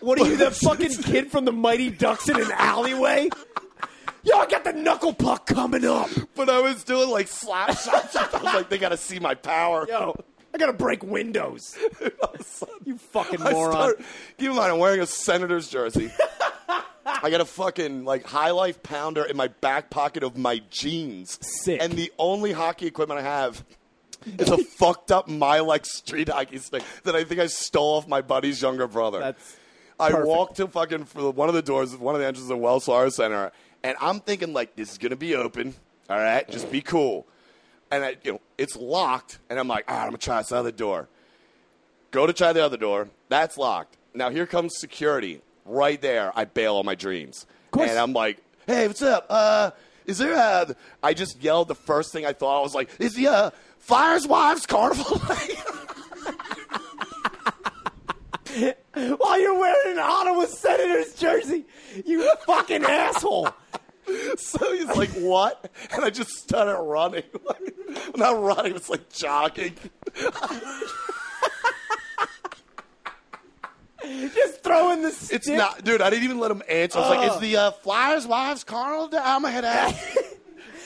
What are you, the (laughs) fucking kid from the Mighty Ducks in an alleyway? Yo, I got the knuckle puck coming up. but I was doing like slap (laughs) shots. I was like, they got to see my power. Yo, I gotta break (laughs) windows. (laughs) You fucking I moron. start- keep in mind, I'm wearing a Senators (laughs) jersey. I got a fucking like high life pounder in my back pocket of my jeans. Sick. And the only hockey equipment I have is a (laughs) fucked up Milex street hockey stick that I think I stole off my buddy's younger brother. That's I perfect. walked to fucking for one of the doors, one of the entrances of Wells Fargo Center, and I'm thinking like this is gonna be open. All right, just be cool. And I, you know, it's locked, and I'm like, all right, I'm gonna try this other door. Go to try the other door. That's locked. Now here comes security. right there, I bail on my dreams. course. And I'm like, hey, what's up? Uh, is there a. I just yelled the first thing I thought. I was like, is the uh, Fires Wives Carnival? (laughs) (laughs) While you're wearing an Ottawa Senators jersey, you fucking asshole. (laughs) so he's like, what? And I just started running. (laughs) Like, not running, it's like jogging. Just throwing the stick. Oh. It's not, dude. I didn't even let him answer. I was like, "Is the uh, Flyers' wives carnal?" I'm (laughs) gonna head out.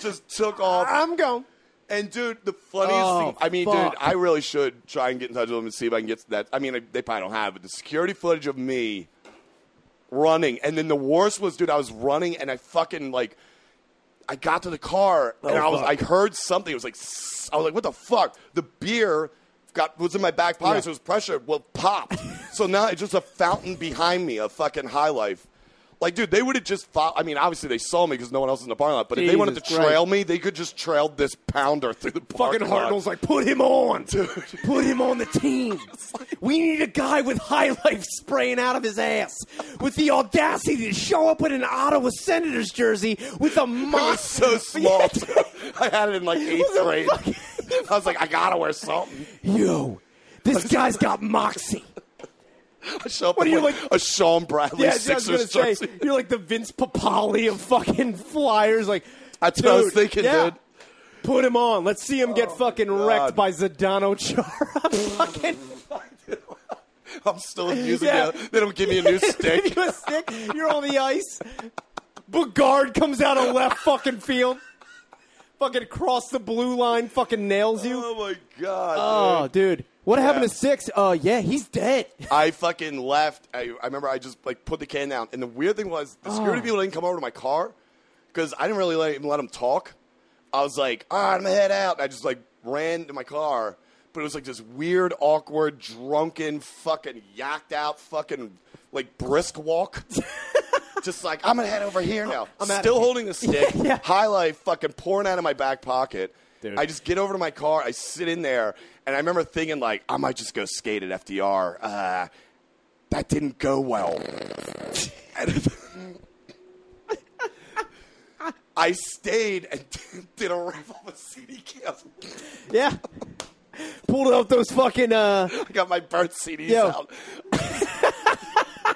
Just took off. I'm going. And dude, the funniest Oh, thing. I mean, fuck. dude, I really should try and get in touch with them and see if I can get that. I mean, they probably don't have it. The security footage of me running, and then the worst was, dude, I was running and I fucking like, I got to the car and I was, fuck. I heard something. It was like, "Sss." I was like, what the fuck? The beer got was in my back pocket, Yeah. so it was pressured. Well, popped. so now it's just a fountain behind me of fucking high life. Like, dude, they would have just. Fo- I mean, obviously they saw me because no one else was in the parking lot. But if they wanted to Jesus Christ. trail me, they could just trail this pounder through the parking Fucking lot. Hartnell's like, put him on, dude. Put him on the team. We need a guy with high life spraying out of his ass with the audacity to show up in an Ottawa Senators jersey with a (laughs) It was mock. (laughs) so small. (laughs) too. I had it in like eighth was a grade. (laughs) I was like, I gotta wear something. Yo, (laughs) this guy's got moxie. I show up What in, are you, like- a Sean Bradley Yeah, I was Sixers gonna say, jersey. you're like the Vince Papali of fucking Flyers. Like, That's what I was dude, thinking, yeah. dude. Oh, Put him on. Let's see him get fucking God. wrecked by Zdeno Chara. (laughs) (laughs) fucking I'm still using (laughs) Yeah. it. They don't give me a (laughs) new Give stick. you a stick. You're on the ice. Bugard comes out of left fucking field. Fucking across the blue line. Fucking nails you. Oh my god. dude. Oh, dude. What happened Yeah. to six? Oh, yeah, he's dead. (laughs) I fucking left. I, I remember I just like put the can down. And the weird thing was the security Oh. people didn't come over to my car because I didn't really let, even let them talk. I was like, all right, I'm gonna head out. And I just like ran to my car. But it was like this weird, awkward, drunken, fucking yacked out, fucking like brisk (laughs) walk. just like, I'm gonna head over here now. I'm I'm outta still here. holding the stick, (laughs) Yeah, yeah. high life fucking pouring out of my back pocket. Dude. I just get over to my car, I sit in there, and I remember thinking like, I might just go skate at FDR. Uh, that didn't go well. (laughs) And- I stayed and (laughs) did a raffle with CD Chaos. Yeah. Pulled out those fucking, uh, I got my birth CDs Yo. out. (laughs)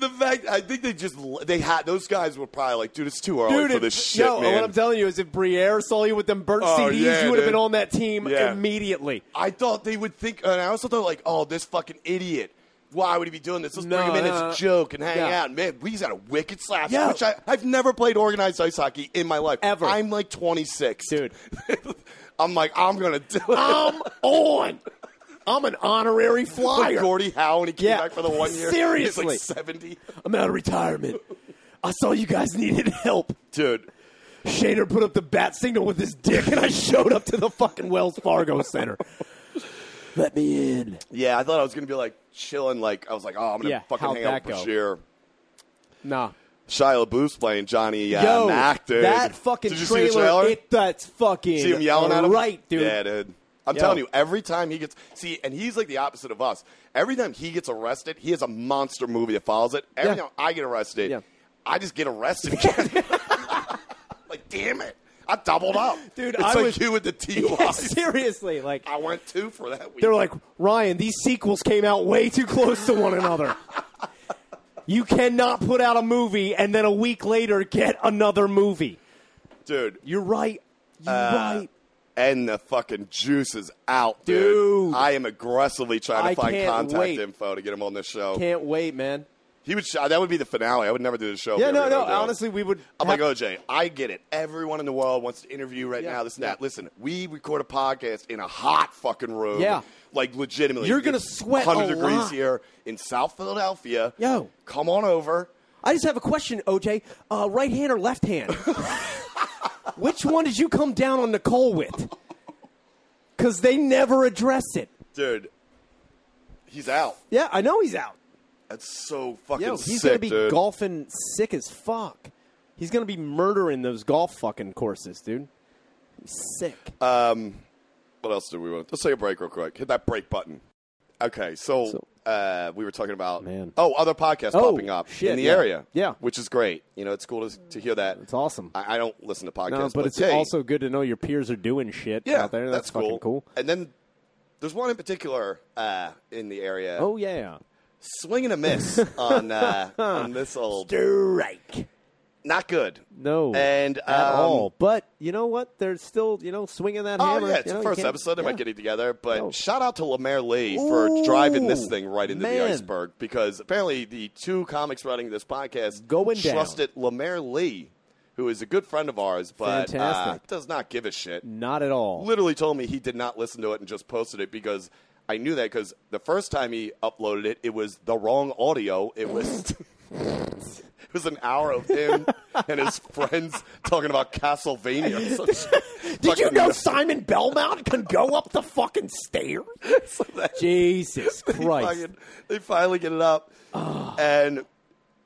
the fact I think they just they had those guys were probably like, dude, it's too early dude. for if- this shit, yo, man. what I'm telling you is if Briere saw you with them burnt Oh, CDs, yeah, you would have dude. been on that team Yeah. immediately. I thought they would think, and I also thought like, oh, this fucking idiot. Why would he be doing this? Let's No, bring him in no, as a no. joke and hang Yeah. out. Man, he's got a wicked slap, Yeah. which I, I've never played organized ice hockey in my life. Ever. I'm like 26. Dude. (laughs) I'm like, I'm going to do it. (laughs) I'm (laughs) on. I'm an honorary Like flyer. Gordie Howe when he came Yeah. back for the one year. Seriously. He's like 70. I'm out of retirement. I saw you guys needed help. Dude. Shader put up the bat signal with his dick, and I showed up to the fucking Wells Fargo Center. Let me in. Yeah, I thought I was going to be like chilling. Like, I was like, oh, I'm going to Yeah, fucking how'd hang out that with go? Bashir. Nah. Shia LaBeouf's playing Johnny uh, Yo, Mac, dude. that fucking Did you trailer, see the trailer? it that's fucking See him yelling at him? right, dude. (laughs) Yeah, dude. I'm Yo. telling you, every time he gets see, and he's like the opposite of us. Every time he gets arrested, he has a monster movie that follows it. Every Yeah. time I get arrested, Yeah. I just get arrested. (laughs) like, damn it. I doubled up. Dude, it's I like was- you with the TUIs. (laughs) Yeah, seriously, like I went two for that week. they're like Ryan, these sequels came out way too close to one (laughs) another. you cannot put out a movie and then a week later get another movie. dude, You're right. You're right. and the fucking juice is out, Dude. I am aggressively trying to I find can't contact wait. info to get him on this show. Can't wait, man. He would. Sh- that would be the finale. I would never do the show. if Yeah, we no, were no. gonna do it. Honestly, we Oh would. I'm have- like OJ. I get it. Everyone in the world wants to interview right Yeah, now. This and yeah. that. Listen, we record a podcast in a hot fucking room. Yeah. like legitimately. You're gonna It's sweat a 100 degrees lot. here in South Philadelphia. Yo. come on over. I just have a question, OJ. Uh, right hand or left (laughs) hand? Which one did you come down on Nicole with? Because they never address it. dude. He's out. Yeah, I know he's out. That's so fucking Yo, he's sick, gonna be dude. golfing sick as fuck. He's gonna be murdering those golf fucking courses, dude. Sick. Uh, What else do we want? Let's take a break real quick. Hit that break button. Okay, so, So- uh, uh, we were talking about Man. oh other podcasts Oh, popping up shit, in the yeah. area, Yeah. which is great. You know, it's cool to, to hear that. It's awesome. I, I don't listen to podcasts, No, but, it's hey, also good to know your peers are doing shit yeah, out there. That's, fucking cool. And then there's one in particular uh, in the area, Oh yeah, swing and a (laughs) miss on uh, on this old Drake. not good. No, And, at um, all. But you know what? They're still you know swinging that Oh hammer. yeah, it's you know, the you first can't- episode. They yeah. might get it together, but No. shout out to Lemaire Lee for Ooh, driving this thing right into the man. iceberg because apparently the two comics running this podcast Going down. trusted Lemaire Lee, who is a good friend of ours, but uh, Fantastic. does not give a shit. Not at all. Literally told me he did not listen to it and just posted it because I knew that because the first time he uploaded it, it was the wrong audio. It was. (laughs) It was an hour of him and his friends talking about (laughs) Castlevania. (laughs) or some shit. Did you Fucking- know Simon Belmont can go up the fucking (laughs) stairs? So that- (laughs) Jesus They Christ! fucking- they finally get it up. And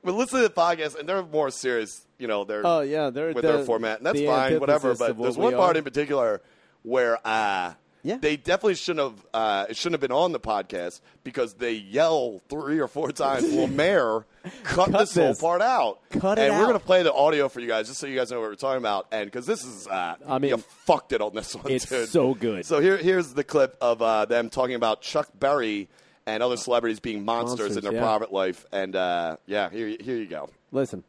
we listen to the podcast, and they're more serious, you know, they're, Oh, yeah, they're with the- their format. And that's the fine, whatever. antithesis But of what there's we one part are. in particular where uh, Yeah. they definitely shouldn't have, uh, it shouldn't have been on the podcast because they yell three or four times, (laughs) well, Mayor, cut, Cut this, this. whole part out. Cut it and we're out. going to play the audio for you guys just so you guys know what we're talking about. And because this is, uh, I mean, you fucked it on this one, it's dude. so good. So so here, here's the clip of uh, them talking about Chuck Berry and other celebrities being monsters, in Uh, Monsters, their yeah. private life. And uh, yeah, here, here you go. Listen,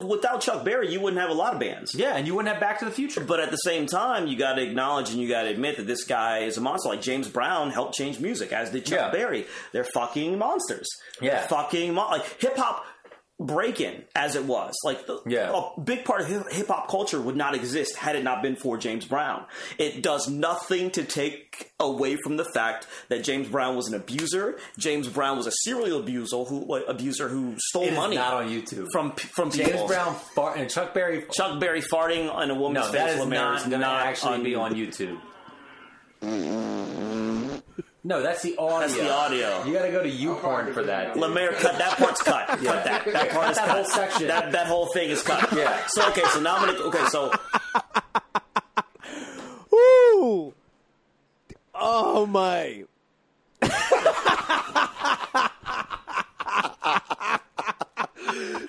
without Chuck Berry, you wouldn't have a lot of bands. Yeah, and you wouldn't have Back to the Future. But at the same time, you got to acknowledge and you got to admit that this guy is a monster. Like James Brown helped change music, as did Chuck Yeah. Berry. They're fucking monsters. Yeah. They're fucking mon- like hip hop breaking as it was. Like the, Yeah. a big part of hip hop culture would not exist had it not been for James Brown. It does nothing to take away from the fact that James Brown was an abuser. James Brown was a serial abuser who like, abuser who stole It is money not on YouTube. from from James people. Brown fart and Chuck Berry. Chuck Berry farting on a woman's no, face. that is Lemaire, not is going to not actually be on YouTube. No, that's the audio. That's the audio. You got to go to YouPorn for that. Lemaire, cut that part's (laughs) cut. Cut that. That part Cut is that cut. whole section. That that whole thing is cut. Yeah. So okay, so now I'm gonna okay, so Woo! Oh my!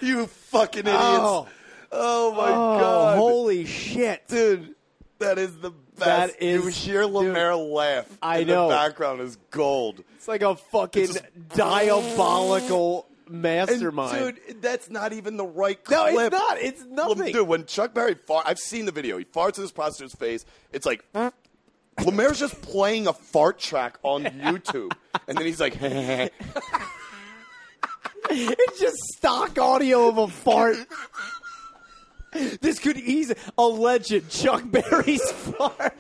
You fucking idiots! Oh, Oh, my oh, god, holy shit! dude, that is the best. That is- you hear Lemaire laugh. I and know. The background is gold. It's like a fucking It's diabolical And, mastermind. dude, that's not even the right no, clip. it's not. It's nothing. Dude, when Chuck Berry fart, I've seen the video. He farts in his prostitute's face. It's like Lemaire's just playing a fart track (laughs) on YouTube, and then he's like, (laughs) It's (laughs) just stock audio of a fart. this could easily a legend, Chuck Berry's (laughs) fart.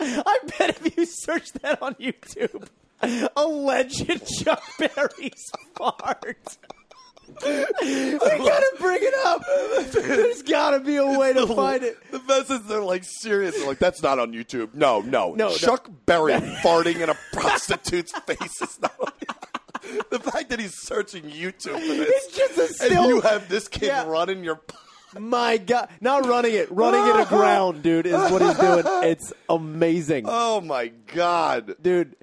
I bet if you search that on YouTube, a legend Chuck Berry's fart. we gotta bring it up. There's gotta be a way to find it. The best is they're like serious. They're like, that's not on YouTube. No, no, No, no. Chuck (laughs) Berry farting in a prostitute's face is not. on- the fact that he's searching YouTube for this, It's just a and still- you have this kid Yeah. running your. My God, not running it, running it aground, dude, is what he's doing. It's amazing. Oh my god! dude.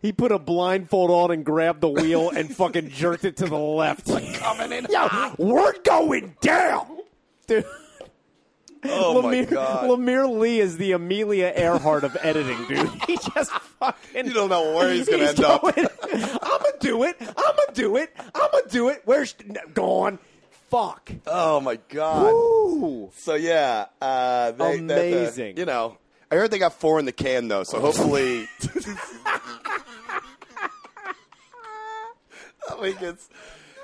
He put a blindfold on and grabbed the wheel and (laughs) fucking jerked it to the left. (laughs) Coming in Yo, we're going down, dude. Oh my Lemire, god! Lemire Lee is the Amelia Earhart of editing, dude. (laughs) He just fucking. You don't know where he's gonna end up. (laughs) I'm gonna do it. I'm gonna do it. I'm gonna do it. Where's no, gone? Fuck. oh my god! Ooh. So yeah, uh, they, that, uh, Amazing. you know, I heard they got four in the can though, so (laughs) hopefully. I think it's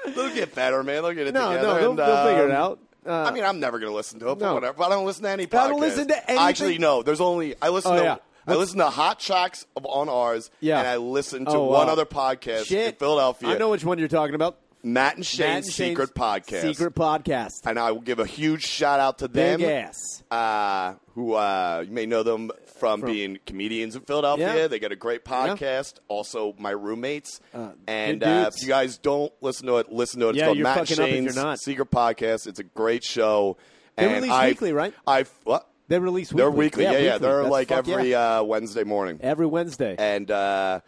they'll get better, man. They'll get it No, together. no, they'll, and, they'll figure it um, out. Uh, I mean, I'm never gonna listen to it, but No. whatever. But I don't listen to any. Podcast. I don't listen to anything. Actually, no. There's only I listen Oh, to yeah. I listen to hot tracks of on ours, Yeah. and I listen to Oh, one wow. other podcast in shit. Philadelphia. I know which one you're talking about. Matt and Shane's, Matt and Shane's secret podcast. Secret podcast. and I will give a huge shout out to them. Big ass. uh, who uh, you may know them from, being comedians in Philadelphia. Yeah. They got a great podcast. Also, my roommates. and good uh, dudes. if you guys don't listen to it, listen to it. It's Yeah, called you're Matt and fucking up if Shane's you're not. Secret Podcast. It's a great show. They and release I- weekly, right? I what? They release weekly. They're uh, weekly. Yeah, yeah. weekly. They're That's like fuck every yeah. uh, Wednesday morning. every Wednesday. And uh,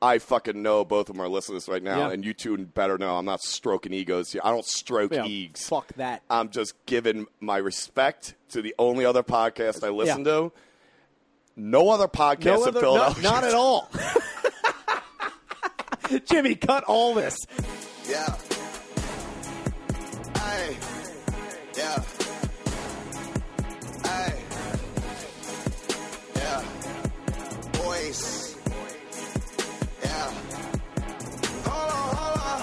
I fucking know both of them are listening to this right now, Yeah. and you two better know I'm not stroking egos here. I don't stroke Yeah, egos. fuck that. I'm just giving my respect to the only other podcast I listen Yeah. to. No other podcast No in other- Philadelphia. not, not at all. (laughs) Jimmy, cut all this. Yeah. Ay. Yeah. Ay. Yeah. Boys. Yeah. Hold on, hold on.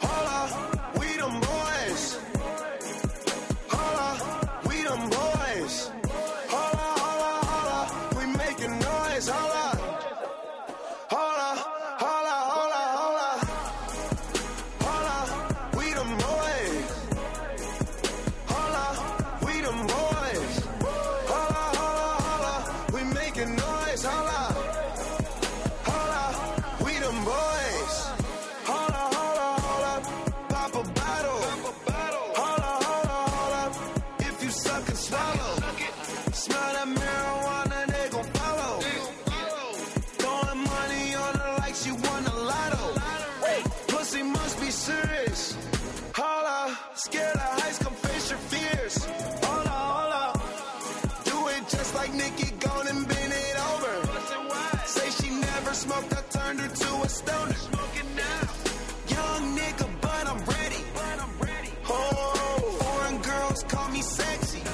Hold on. We them boys. Hold on. We them boys. Hold on, hold on, hold on. We making noise. Hold on. Hold on, hold on, hold on, hold on. Hola, we them boys. Hola, we them boys. Hola, hola, hola, we making noise. Hola, hola, we them boys. Hola, hola, hola, pop a bottle. Hola, hola, hola, if you suck and swallow. Smell that marijuana, they gon' follow. Throwing money on her like she won a lotto. Pussy must be serious. Holla, scared of heights, come face your fears. Holla, holla. Do it just like Nikki, gone and bend it over. Say she never smoked, I turned her to a stoner. Smoking now. Young nigga, but I'm ready. Oh, foreign girls call me sexy.